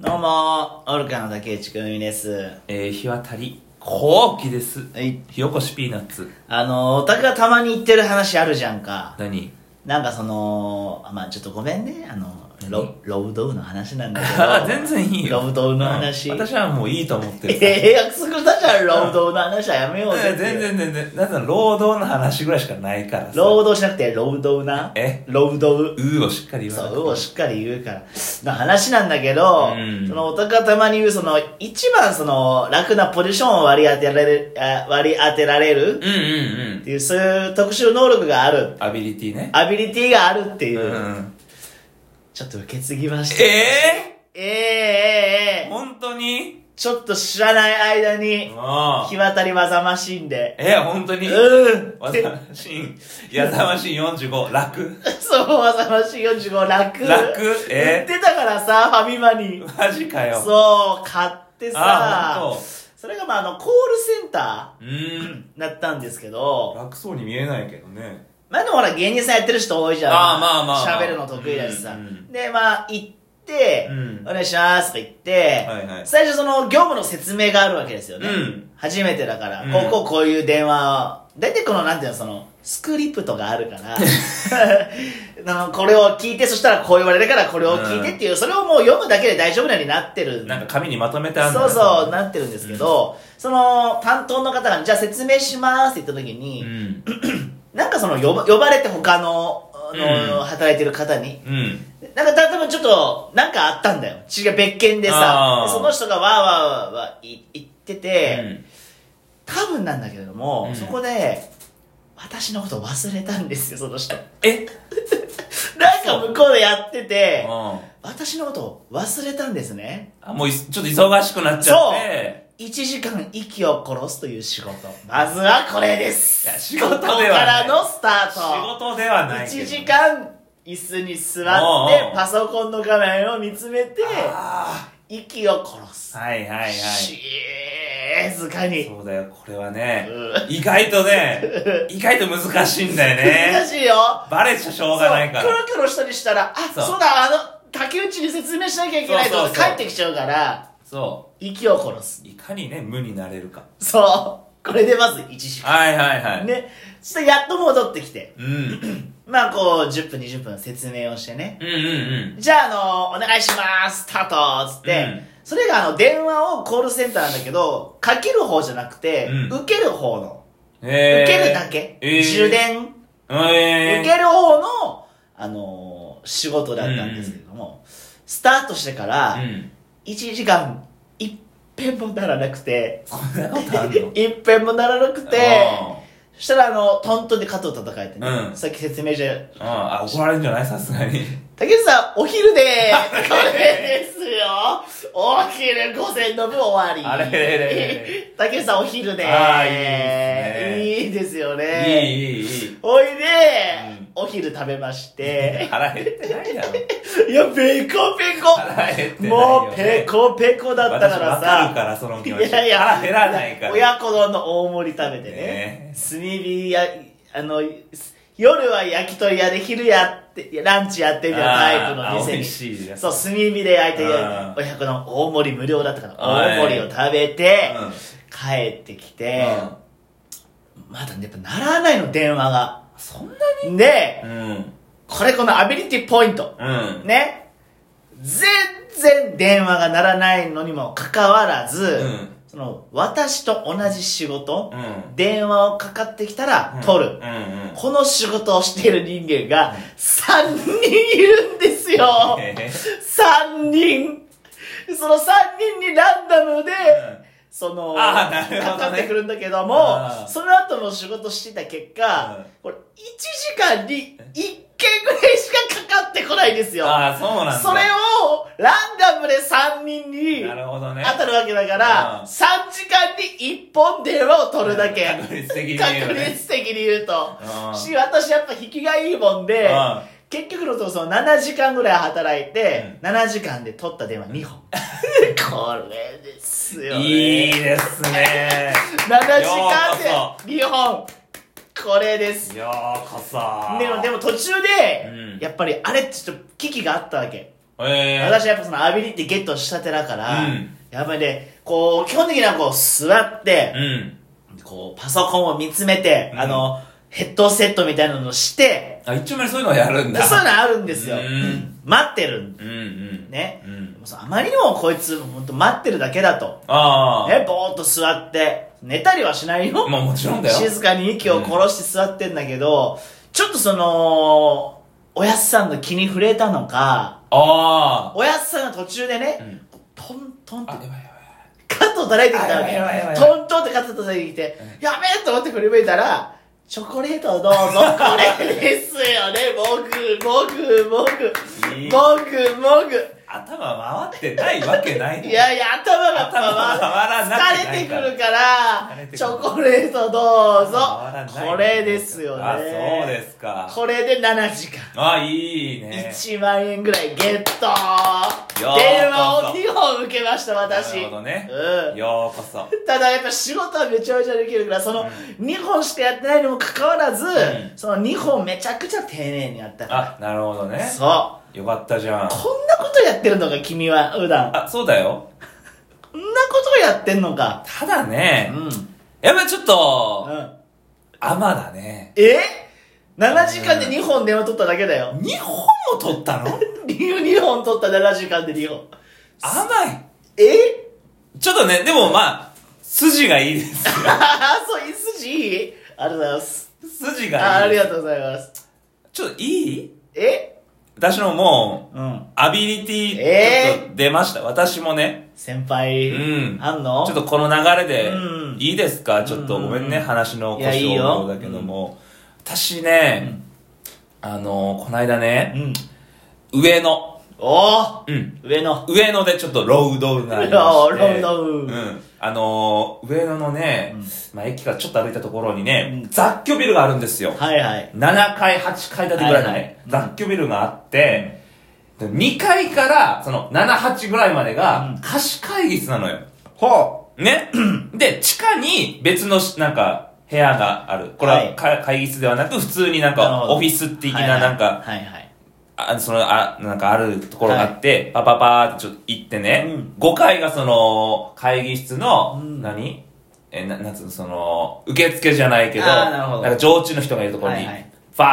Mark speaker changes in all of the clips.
Speaker 1: どうもー、オルカの竹内くんです。
Speaker 2: えー、日渡り、後期です。
Speaker 1: はい。
Speaker 2: ひよこしピーナッツ。
Speaker 1: あのー、オタクがたまに言ってる話あるじゃんか。
Speaker 2: 何
Speaker 1: なんかその、あまあちょっとごめんね、あの、ロロブドウの話なんだけ
Speaker 2: あ
Speaker 1: ど。
Speaker 2: 全然いいよ。
Speaker 1: ロブドウの話。
Speaker 2: うん私はもういいと思ってる。
Speaker 1: ええ、約束したじゃん、ロブドウの話はやめようぜっ
Speaker 2: 全
Speaker 1: て。
Speaker 2: 然全然。なんだ労働の話ぐらいしかないからさ。
Speaker 1: ロブドウしなくて、ロブドウな。
Speaker 2: え
Speaker 1: ロブドウ。
Speaker 2: うーをしっかり言
Speaker 1: そ
Speaker 2: わなく
Speaker 1: う、うをしっかり言うから。の話なんだけど、
Speaker 2: うん
Speaker 1: そのオタクがたまに言う、その、一番その、楽なポジションを割り当てられる、あ割り当てられる
Speaker 2: うんうんう
Speaker 1: っ
Speaker 2: ん。
Speaker 1: ていう、そういう特殊能力がある。
Speaker 2: アビリティね。
Speaker 1: アビリティがあるっていうう。
Speaker 2: ん。
Speaker 1: ちょっと受け継ぎました。
Speaker 2: え
Speaker 1: えええ
Speaker 2: ー、
Speaker 1: えええ
Speaker 2: 本当に
Speaker 1: ちょっと知らない間に、
Speaker 2: あ
Speaker 1: 日渡りわざましいんで。
Speaker 2: えー、本当
Speaker 1: う
Speaker 2: に
Speaker 1: ん。
Speaker 2: わざ
Speaker 1: で
Speaker 2: ましい、やざましい45、楽。
Speaker 1: そう、わざましい45、楽。
Speaker 2: 楽 え
Speaker 1: 売ってたからさ、ファミマに。
Speaker 2: マジかよ。
Speaker 1: そう、買って
Speaker 2: あ、
Speaker 1: さ
Speaker 2: 本、
Speaker 1: それがまあ、あの、コールセンタ
Speaker 2: 当。うーん。
Speaker 1: ーだったんですけど、
Speaker 2: 楽そうに見えないけどね。
Speaker 1: まあでもほら、芸人さんやってる人多いじゃん。
Speaker 2: あーまあまあまあ
Speaker 1: 喋るの得意だしさ。
Speaker 2: うんうん
Speaker 1: で、まあ、行って、
Speaker 2: うん
Speaker 1: お願いしますとか言って、
Speaker 2: はいはい
Speaker 1: 最初その業務の説明があるわけですよね。
Speaker 2: うん
Speaker 1: 初めてだから、
Speaker 2: うん
Speaker 1: こうこうこういう電話を、大体このなんていうの、その、スクリプトがある から、 あのこれを聞いて、そしたらこう言われるからこれを聞いてっていう、それをもう読むだけで大丈夫なようになってる。
Speaker 2: なんか紙にまとめてある
Speaker 1: そうそう、なってるんですけど、その担当の方が、じゃあ説明しますって言った時に、
Speaker 2: うん。
Speaker 1: なんかその呼ば呼ばれて他のあの、
Speaker 2: うん
Speaker 1: 働いてる方に
Speaker 2: うん。
Speaker 1: なんか多分ちょっとなんかあったんだよ違う別件でさ
Speaker 2: あー
Speaker 1: その人がわーわーわーわーい言ってて、
Speaker 2: うん
Speaker 1: 多分なんだけれども、
Speaker 2: うん
Speaker 1: そこで私のこと忘れたんですよその人
Speaker 2: え
Speaker 1: なんか向こうでやってて
Speaker 2: う
Speaker 1: 私のこと忘れたんですね
Speaker 2: ん。もういちょっと忙しくなっちゃって。
Speaker 1: 1時間息を殺すという仕事まずはこれです
Speaker 2: いや仕事ではない
Speaker 1: ここからのスタート
Speaker 2: 仕事ではないけど。
Speaker 1: 1時間椅子に座っ
Speaker 2: おうお
Speaker 1: て
Speaker 2: う
Speaker 1: パソコンの画面を見つめて
Speaker 2: あ
Speaker 1: 息を殺す
Speaker 2: ーはいはいはい。
Speaker 1: 静かに
Speaker 2: そうだよ、これはね。
Speaker 1: うん
Speaker 2: 意外 とね、意外と難しいんだよ
Speaker 1: 難
Speaker 2: ね。
Speaker 1: しいよ
Speaker 2: バレちゃしょうがないか
Speaker 1: そう
Speaker 2: ら。
Speaker 1: キョロキョロしたりしたらあそ
Speaker 2: そうう
Speaker 1: だあの竹内に説明しなきゃいけないと思って
Speaker 2: そう
Speaker 1: 帰
Speaker 2: そうそう
Speaker 1: ってきちゃうから
Speaker 2: そ
Speaker 1: 息を殺す
Speaker 2: う。いかにね、無になれるか。
Speaker 1: そうこれでまず1時間
Speaker 2: はいはいはい。
Speaker 1: ねそしてやっと戻ってきて
Speaker 2: うん。うん
Speaker 1: まあこう10分20分説明をしてね
Speaker 2: うんうん。
Speaker 1: じゃあ、あの、お願いします、スタートつって、
Speaker 2: うん
Speaker 1: それが、あの、電話をコールセンターなんだけど、かける方じゃなくて、
Speaker 2: うん
Speaker 1: 受ける方の、
Speaker 2: えー
Speaker 1: 受けるだけ、
Speaker 2: えー
Speaker 1: 受。電、
Speaker 2: えー
Speaker 1: 受ける方の、あのー仕事だったんですけれども、スタートしてから、
Speaker 2: うん。
Speaker 1: 1時間、一遍もならなくて、
Speaker 2: こんなことあん の
Speaker 1: 一遍もならなくて、そしたら、あの、トントンで肩を叩かれてね、
Speaker 2: うん
Speaker 1: さっき説明した
Speaker 2: うんうん。あ、怒られるんじゃないさすがに。
Speaker 1: 竹内さん、お昼でーこれですよ お昼午前の部終わり
Speaker 2: あれれれれ
Speaker 1: 竹内さん、お昼でー
Speaker 2: あーい
Speaker 1: いい
Speaker 2: いですね
Speaker 1: ですよ
Speaker 2: い
Speaker 1: ね
Speaker 2: いいいいい。
Speaker 1: おいでー、
Speaker 2: うん
Speaker 1: お昼食べま して
Speaker 2: 腹減ってないだろ。
Speaker 1: いや、ペコペ
Speaker 2: 腹減って
Speaker 1: コ
Speaker 2: ないよ、ね。
Speaker 1: もう、ペコペコだったから
Speaker 2: 私わかるか
Speaker 1: さ
Speaker 2: ら、その気持ち。
Speaker 1: いやいや
Speaker 2: 腹減らないから。
Speaker 1: 親子丼の大盛り食べてね
Speaker 2: ねえ
Speaker 1: 炭火やあの夜は焼き鳥屋で昼やってランチやってみたいなタイプの
Speaker 2: あー
Speaker 1: 店
Speaker 2: 美
Speaker 1: に
Speaker 2: 味しいやつ
Speaker 1: そう、炭火で焼いて
Speaker 2: うん、
Speaker 1: 親子の大盛り無料だったから、
Speaker 2: はい
Speaker 1: 大盛りを食べて、
Speaker 2: うん
Speaker 1: 帰ってき
Speaker 2: う
Speaker 1: て、
Speaker 2: ん
Speaker 1: まだね、やっぱならないの、電話が。
Speaker 2: そんな
Speaker 1: で、
Speaker 2: うん。
Speaker 1: これこのアビリティポイント。
Speaker 2: うん。
Speaker 1: ね。全然電話がならないのにもかかわらず、
Speaker 2: うん
Speaker 1: その、私と同じ仕事、
Speaker 2: うん。
Speaker 1: 電話をかかってきたら、取る。
Speaker 2: うんうん。
Speaker 1: この仕事をしている人間が3人いるんですよ
Speaker 2: ええ
Speaker 1: 3人その3人にランダムで、その、
Speaker 2: あーなるほどね
Speaker 1: かかってくるんだけども
Speaker 2: あ、ー
Speaker 1: その後の仕事してた結果、
Speaker 2: うん
Speaker 1: これ1時間に1件ぐらいしかかかってこないんですよ。
Speaker 2: ああ、そうなんだ。
Speaker 1: それをランダムで3人に
Speaker 2: なるほどね。
Speaker 1: 当たるわけだから、
Speaker 2: う
Speaker 1: 3
Speaker 2: ん
Speaker 1: 時間に1本電話を取るだけ。
Speaker 2: 確率的に言うよ
Speaker 1: 確
Speaker 2: ね
Speaker 1: 率的に言うと。
Speaker 2: うん
Speaker 1: し、私やっぱ引きがいいもんで
Speaker 2: うん、
Speaker 1: 結局のところその7時間ぐらい働いて、7時間で取った電話2本。 これですよ、ね。
Speaker 2: いいですね。
Speaker 1: 7時間
Speaker 2: ようこ
Speaker 1: で2本。これです。
Speaker 2: ようこそ。
Speaker 1: でも、でも途中で、
Speaker 2: うん
Speaker 1: やっぱりあれちょっと危機があったわけ。
Speaker 2: えー、
Speaker 1: 私はやっぱそのアビリティゲットしたてだから、
Speaker 2: うん
Speaker 1: やっぱりね、こう、基本的にはこう、座って、
Speaker 2: うん。
Speaker 1: こう、パソコンを見つめて、
Speaker 2: うん
Speaker 1: あの、ヘッドセットみたいなのをして、
Speaker 2: あ、一丁目にそういうのをやるん
Speaker 1: で
Speaker 2: だ。
Speaker 1: そういうのあるんですよ。
Speaker 2: うん
Speaker 1: 待ってるん
Speaker 2: うんうん。
Speaker 1: ね。
Speaker 2: うん。
Speaker 1: そうあまりにもこいつ、本当待ってるだけだと。
Speaker 2: ああ。
Speaker 1: ね、ぼーっと座って、寝たりはしないよ。
Speaker 2: まあもちろんだよ。
Speaker 1: 静かに息を殺して座ってんだけど、ちょっとその、おやっさんの気に触れたのか、
Speaker 2: ああ。
Speaker 1: おやっさんが途中でね、
Speaker 2: うん
Speaker 1: トントンっ
Speaker 2: あ、やば
Speaker 1: て
Speaker 2: いやばい。
Speaker 1: 肩を叩いてきたわ
Speaker 2: あやばいやばいやば
Speaker 1: け
Speaker 2: い
Speaker 1: トントンって肩叩いてきて、やべえと思って振り向いたらチョコレートをどうぞこれですよねもぐもぐも
Speaker 2: い
Speaker 1: ぐ
Speaker 2: い
Speaker 1: もぐもぐ
Speaker 2: 頭回ってないわけない
Speaker 1: いやいや頭が
Speaker 2: 頭が回らなくない
Speaker 1: 疲れてくるから
Speaker 2: 疲れてくる
Speaker 1: チョコレートどうぞ
Speaker 2: 回らない
Speaker 1: これですよね
Speaker 2: あ、そうですか。
Speaker 1: これで7時間
Speaker 2: あ、いいね。
Speaker 1: 1万円ぐらいゲット
Speaker 2: ようこそ
Speaker 1: 電話を2本受けました私
Speaker 2: なるほどね
Speaker 1: うん
Speaker 2: ようこそ。
Speaker 1: ただやっぱ仕事はめちゃめちゃできるからその
Speaker 2: う
Speaker 1: 2本しかやってないにもかかわらず、
Speaker 2: ん
Speaker 1: その2本めちゃくちゃ丁寧にやったか
Speaker 2: あ、なるほどね
Speaker 1: ら。そう
Speaker 2: よかったじゃん。
Speaker 1: こんなことやってるのか君は普段
Speaker 2: あ、そうだよ。
Speaker 1: こんなことやってんのか
Speaker 2: ただ
Speaker 1: う
Speaker 2: ね、
Speaker 1: ん、うん、
Speaker 2: やっぱちょっと、甘だね。
Speaker 1: え7時間で2本電話取っただけだよ
Speaker 2: 2本も取ったの
Speaker 1: 理由2本取った7時間で2本
Speaker 2: 甘い。
Speaker 1: え
Speaker 2: ちょっとね、でもまあ、筋がいいですよ。
Speaker 1: そういい筋いいありがとうございます
Speaker 2: 筋
Speaker 1: あ
Speaker 2: が
Speaker 1: あ
Speaker 2: いい
Speaker 1: り
Speaker 2: です。
Speaker 1: がとうございます
Speaker 2: ちょっといい
Speaker 1: え
Speaker 2: 私のもう、
Speaker 1: うん
Speaker 2: アビリティ、
Speaker 1: えー
Speaker 2: ちょっと出ました。私もね、
Speaker 1: 先輩、
Speaker 2: うん
Speaker 1: あんの
Speaker 2: ちょっとこの流れで
Speaker 1: うん、
Speaker 2: いいですか、ちょっと
Speaker 1: うん
Speaker 2: ごめんね、話の
Speaker 1: いやいい
Speaker 2: 腰
Speaker 1: よ
Speaker 2: をだけども。私ね、あの、この間ね、
Speaker 1: うん
Speaker 2: 上野。
Speaker 1: おお
Speaker 2: うん。
Speaker 1: 上の
Speaker 2: 上野でちょっとロードがあり ま
Speaker 1: ロ
Speaker 2: して
Speaker 1: ード
Speaker 2: う
Speaker 1: うん
Speaker 2: ん。あのー、上野のね、
Speaker 1: うん
Speaker 2: まあ、駅からちょっと歩いたところにね、
Speaker 1: うん
Speaker 2: 雑居ビルがあるんですよ。
Speaker 1: はいはい
Speaker 2: 7階、8階建てぐらいのね、
Speaker 1: はいはい
Speaker 2: 雑居ビルがあって、で2階から、その、7、8ぐらいまで
Speaker 1: う
Speaker 2: が
Speaker 1: ん、
Speaker 2: 貸し会議室なのよ。
Speaker 1: ほ
Speaker 2: ね。 で、地下に別のし、なんか、部屋がある。これは、
Speaker 1: はい
Speaker 2: か会議室ではなく、普通になん
Speaker 1: なるほ
Speaker 2: か、
Speaker 1: ど
Speaker 2: オフィス的
Speaker 1: はいは
Speaker 2: な、
Speaker 1: い
Speaker 2: なんか、
Speaker 1: はいはい
Speaker 2: あそのあなんかあるところがあって、パパパーってちょっと行ってね、
Speaker 1: うん
Speaker 2: 5階がその会議室の、
Speaker 1: うん
Speaker 2: 何えななんつうのその受付じゃないけど
Speaker 1: あーなるほど
Speaker 2: んか常駐の人がいるところに、
Speaker 1: はいはい
Speaker 2: ファ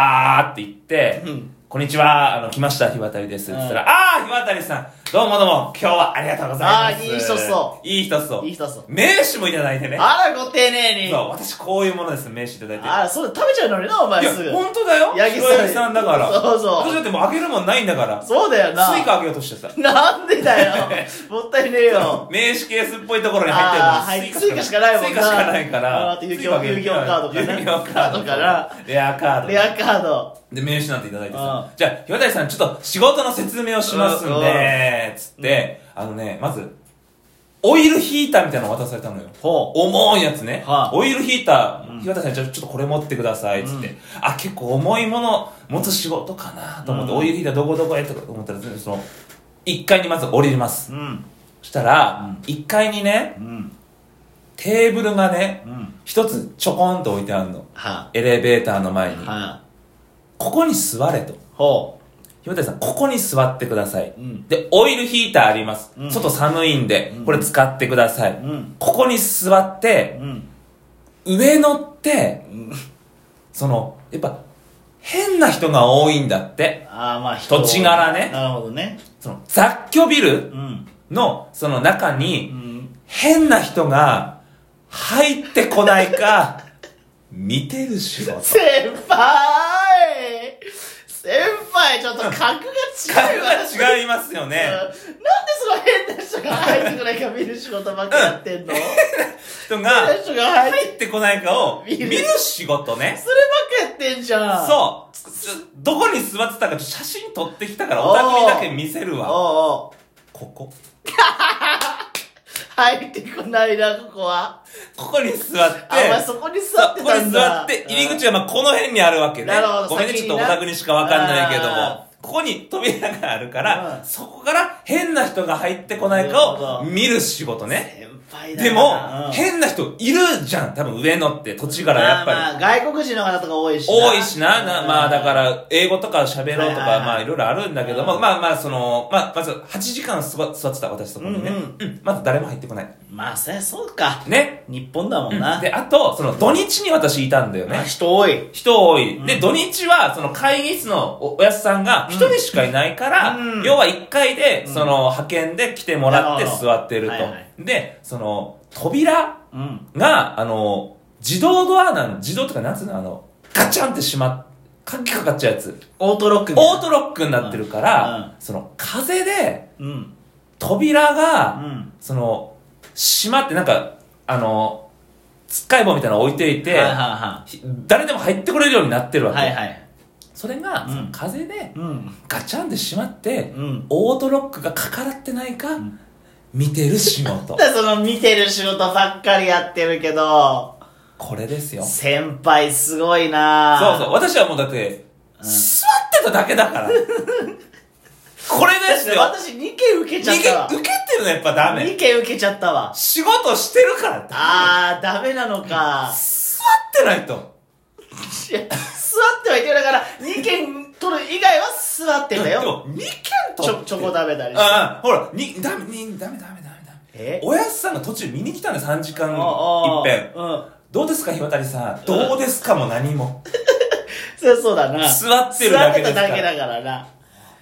Speaker 2: ーって行って、
Speaker 1: うん
Speaker 2: こんにちは、あの、来ました、日渡りです。
Speaker 1: うん
Speaker 2: つったら、ああー、日渡りさん、どうもどうも、今日はありがとうございます。。
Speaker 1: あーいい人そう
Speaker 2: いい人そう。
Speaker 1: いい人そう
Speaker 2: 名刺もいただいてね。
Speaker 1: あらご丁寧に
Speaker 2: そう、私こういうものです、名刺いただいて。
Speaker 1: あらそれ食べちゃうのになお前
Speaker 2: いや、
Speaker 1: すぐ
Speaker 2: 本当だよ。
Speaker 1: 八木さん
Speaker 2: 黒柳さんだから。
Speaker 1: そうそう
Speaker 2: 私だってもうあげるもんないんだから。
Speaker 1: そうだよな
Speaker 2: スイカあげようとしてさ。
Speaker 1: なんでだ よもったいねえよ
Speaker 2: 名刺ケースっぽいところに入ってるの
Speaker 1: ああはいスイカしかないもんな
Speaker 2: スイカしかないから。
Speaker 1: あと遊戯
Speaker 2: スイカあ
Speaker 1: 王
Speaker 2: げる
Speaker 1: 遊戯王カードかな
Speaker 2: 遊戯王カード
Speaker 1: カードかな
Speaker 2: レアカード。
Speaker 1: レアカード
Speaker 2: で、名刺なんていただいてさ
Speaker 1: う。
Speaker 2: じゃあ、ひわたりさん、ちょっと仕事の説明をしますんで、つって、あのね、まず、オイルヒーターみたいなの渡されたのよ。
Speaker 1: ほ
Speaker 2: 重いやつね、
Speaker 1: はい
Speaker 2: オイルヒータ
Speaker 1: うん
Speaker 2: ー、日渡さん、ちょちょっとこれ持ってくださいっつって、
Speaker 1: うん
Speaker 2: あ、結構重いもの持つ仕事かなと思って、
Speaker 1: うん
Speaker 2: オイルヒーターどこどこへとか思ったら、その、1階にまず降ります。
Speaker 1: うん
Speaker 2: そしたら、
Speaker 1: う
Speaker 2: 1階にね、
Speaker 1: うん
Speaker 2: テーブルがね、
Speaker 1: うん
Speaker 2: 一つちょこんと置いてあるの。
Speaker 1: は
Speaker 2: エレベーターの前
Speaker 1: あ
Speaker 2: に。
Speaker 1: はあ
Speaker 2: ここに座れと。
Speaker 1: ほ
Speaker 2: 日渡さん、ここに座ってください。
Speaker 1: うん
Speaker 2: で、オイルヒーターあります。
Speaker 1: うん
Speaker 2: 外寒いんで
Speaker 1: うん、
Speaker 2: これ使ってください。
Speaker 1: ううん
Speaker 2: ここに座って、
Speaker 1: うん
Speaker 2: 上野って、その、やっぱ、変な人が多いんだって。
Speaker 1: ああまあ
Speaker 2: 土地柄ね
Speaker 1: なるほどね
Speaker 2: その、雑居ビル
Speaker 1: うん
Speaker 2: の、その中
Speaker 1: う
Speaker 2: に、
Speaker 1: ん
Speaker 2: 変な人が、入ってこないか、見てる仕事。
Speaker 1: 先輩先輩ちょっと格が違
Speaker 2: 会
Speaker 1: うわ
Speaker 2: 話違いますよ
Speaker 1: うん
Speaker 2: ね。
Speaker 1: なんでその変な人が入ってこないか見る仕事ばっかやってんの、
Speaker 2: 人が、
Speaker 1: 変な人が入って
Speaker 2: 入ってこないかを、
Speaker 1: 見る
Speaker 2: 見る仕事ね。
Speaker 1: そればっかやってんじゃんう
Speaker 2: そう。ちょどこに座ってたか、写真撮ってきたから、お宅にだけ見せるわ。
Speaker 1: おうおう
Speaker 2: ここ。
Speaker 1: 入ってこないなここは
Speaker 2: ここに座って。
Speaker 1: あお前そこに座
Speaker 2: さ
Speaker 1: っ
Speaker 2: あ
Speaker 1: て
Speaker 2: ここ
Speaker 1: た
Speaker 2: に
Speaker 1: ん
Speaker 2: 座っ
Speaker 1: だ
Speaker 2: て、入り口はまあこの辺にあるわけね。
Speaker 1: なるほど
Speaker 2: ごめんね、
Speaker 1: 先
Speaker 2: ちょ
Speaker 1: に
Speaker 2: っ
Speaker 1: な
Speaker 2: とお宅にしかわかんないけど
Speaker 1: あ
Speaker 2: も。ここに扉があるか
Speaker 1: う
Speaker 2: ら、
Speaker 1: ん
Speaker 2: そこから変な人が入ってこないかを見る仕事ね。
Speaker 1: 先輩だな
Speaker 2: で
Speaker 1: う
Speaker 2: も、
Speaker 1: ん
Speaker 2: 変な人いるじゃん。多分上野って土地柄やっぱり。
Speaker 1: まあまあ、外国人の方とか多いしな。
Speaker 2: 多いしな、な
Speaker 1: うん
Speaker 2: まあだか、ら、英語とか喋ろうと
Speaker 1: はいはい
Speaker 2: か、
Speaker 1: はい
Speaker 2: まあいろいろあるんだけども、
Speaker 1: うん
Speaker 2: まあまあその、まあまず8時間すわ座ってた私とかにね、
Speaker 1: うん
Speaker 2: うんまず誰も入ってこない。
Speaker 1: まあ、そりゃそうか。
Speaker 2: ね。
Speaker 1: 日本だも
Speaker 2: うん
Speaker 1: んな。
Speaker 2: で、あと、その土日に私いたんだよ
Speaker 1: まあ
Speaker 2: ね。
Speaker 1: 人多い。
Speaker 2: 人多い。
Speaker 1: う
Speaker 2: で、
Speaker 1: ん
Speaker 2: 土日は、その会議室のおおやすさんが一人しかいないから、
Speaker 1: うん
Speaker 2: 要は一回で、
Speaker 1: うん
Speaker 2: その派遣で来てもらって
Speaker 1: なるほど
Speaker 2: 座ってると。
Speaker 1: はいはい
Speaker 2: で、その、扉
Speaker 1: うん。
Speaker 2: が、あの、自動ドアなの、自動とかなんつうの、あの、ガチャンってしまっ、鍵かかっちゃうやつ。
Speaker 1: オートロックみたいな
Speaker 2: オートロックになってるから、
Speaker 1: うんうん
Speaker 2: その、風で、
Speaker 1: うん。
Speaker 2: 扉
Speaker 1: う
Speaker 2: が、
Speaker 1: ん。
Speaker 2: その、閉まって、なんか、あの、つっかい棒みたいなの置いていて、
Speaker 1: はいはいは
Speaker 2: ひ誰でも入ってこれるようになってるわ
Speaker 1: い。
Speaker 2: け。
Speaker 1: はいはい。
Speaker 2: それが、
Speaker 1: うん
Speaker 2: その風で、
Speaker 1: うん。
Speaker 2: ガチャンで閉まって、
Speaker 1: うん。
Speaker 2: オートロックがかからってないか、
Speaker 1: ん
Speaker 2: 見てる仕
Speaker 1: だ
Speaker 2: 事
Speaker 1: か。らその見てる仕事ばっかりやってるけど、
Speaker 2: これですよ。
Speaker 1: 先輩すごいな
Speaker 2: そうそう。私はもうだって、座ってただけ だから。これですよ。
Speaker 1: 私2件受けちゃったわ
Speaker 2: 逃げ受けてるのやっぱダメ。
Speaker 1: 2件受けちゃったわ
Speaker 2: 仕事してるからって。
Speaker 1: あーダメなのか
Speaker 2: 座ってないと。
Speaker 1: いや座ってはいけないから2件取る以外は座ってた
Speaker 2: で
Speaker 1: よ
Speaker 2: も、2件
Speaker 1: ち
Speaker 2: と
Speaker 1: ょチョコ食べたりして
Speaker 2: ああ、ほら、に、ダメ、に、ダメ、ダメ、ダメ、ダメ。
Speaker 1: え
Speaker 2: おやすさんが途中見に来たんだよ、3時間い
Speaker 1: お
Speaker 2: っ
Speaker 1: う
Speaker 2: ぺ
Speaker 1: お
Speaker 2: ん。
Speaker 1: ううん
Speaker 2: どうですか、ひわたりさん。どうですかも何も。
Speaker 1: そりゃそうだな
Speaker 2: 座ってるだけですから
Speaker 1: 座ってただけだからな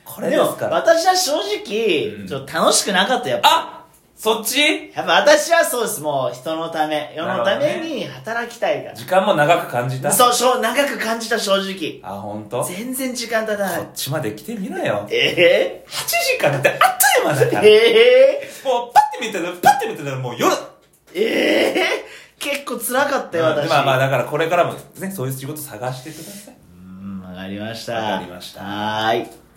Speaker 2: これ
Speaker 1: で
Speaker 2: で
Speaker 1: も
Speaker 2: すから。
Speaker 1: 私は正直、
Speaker 2: うん
Speaker 1: ちょっと楽しくなかったよやっぱ
Speaker 2: あそっち
Speaker 1: やっぱ私はそうですもう人のため世のために働きたいから、
Speaker 2: 時間も長く感じた。
Speaker 1: そうそう長く感じた正直
Speaker 2: あ、ほんとこ
Speaker 1: 全然時間経たない
Speaker 2: っちまで来てみなよ。
Speaker 1: え
Speaker 2: 8時間だってあっという間だ
Speaker 1: ー、
Speaker 2: から。
Speaker 1: えー、
Speaker 2: もう、パッて見たら、パッて見たら、もう夜。
Speaker 1: ええ結構辛かったよ
Speaker 2: まあ
Speaker 1: 私
Speaker 2: まあまあ、だからこれからもね、そういう仕事探してください。
Speaker 1: うんわかりました
Speaker 2: わかりました
Speaker 1: はーい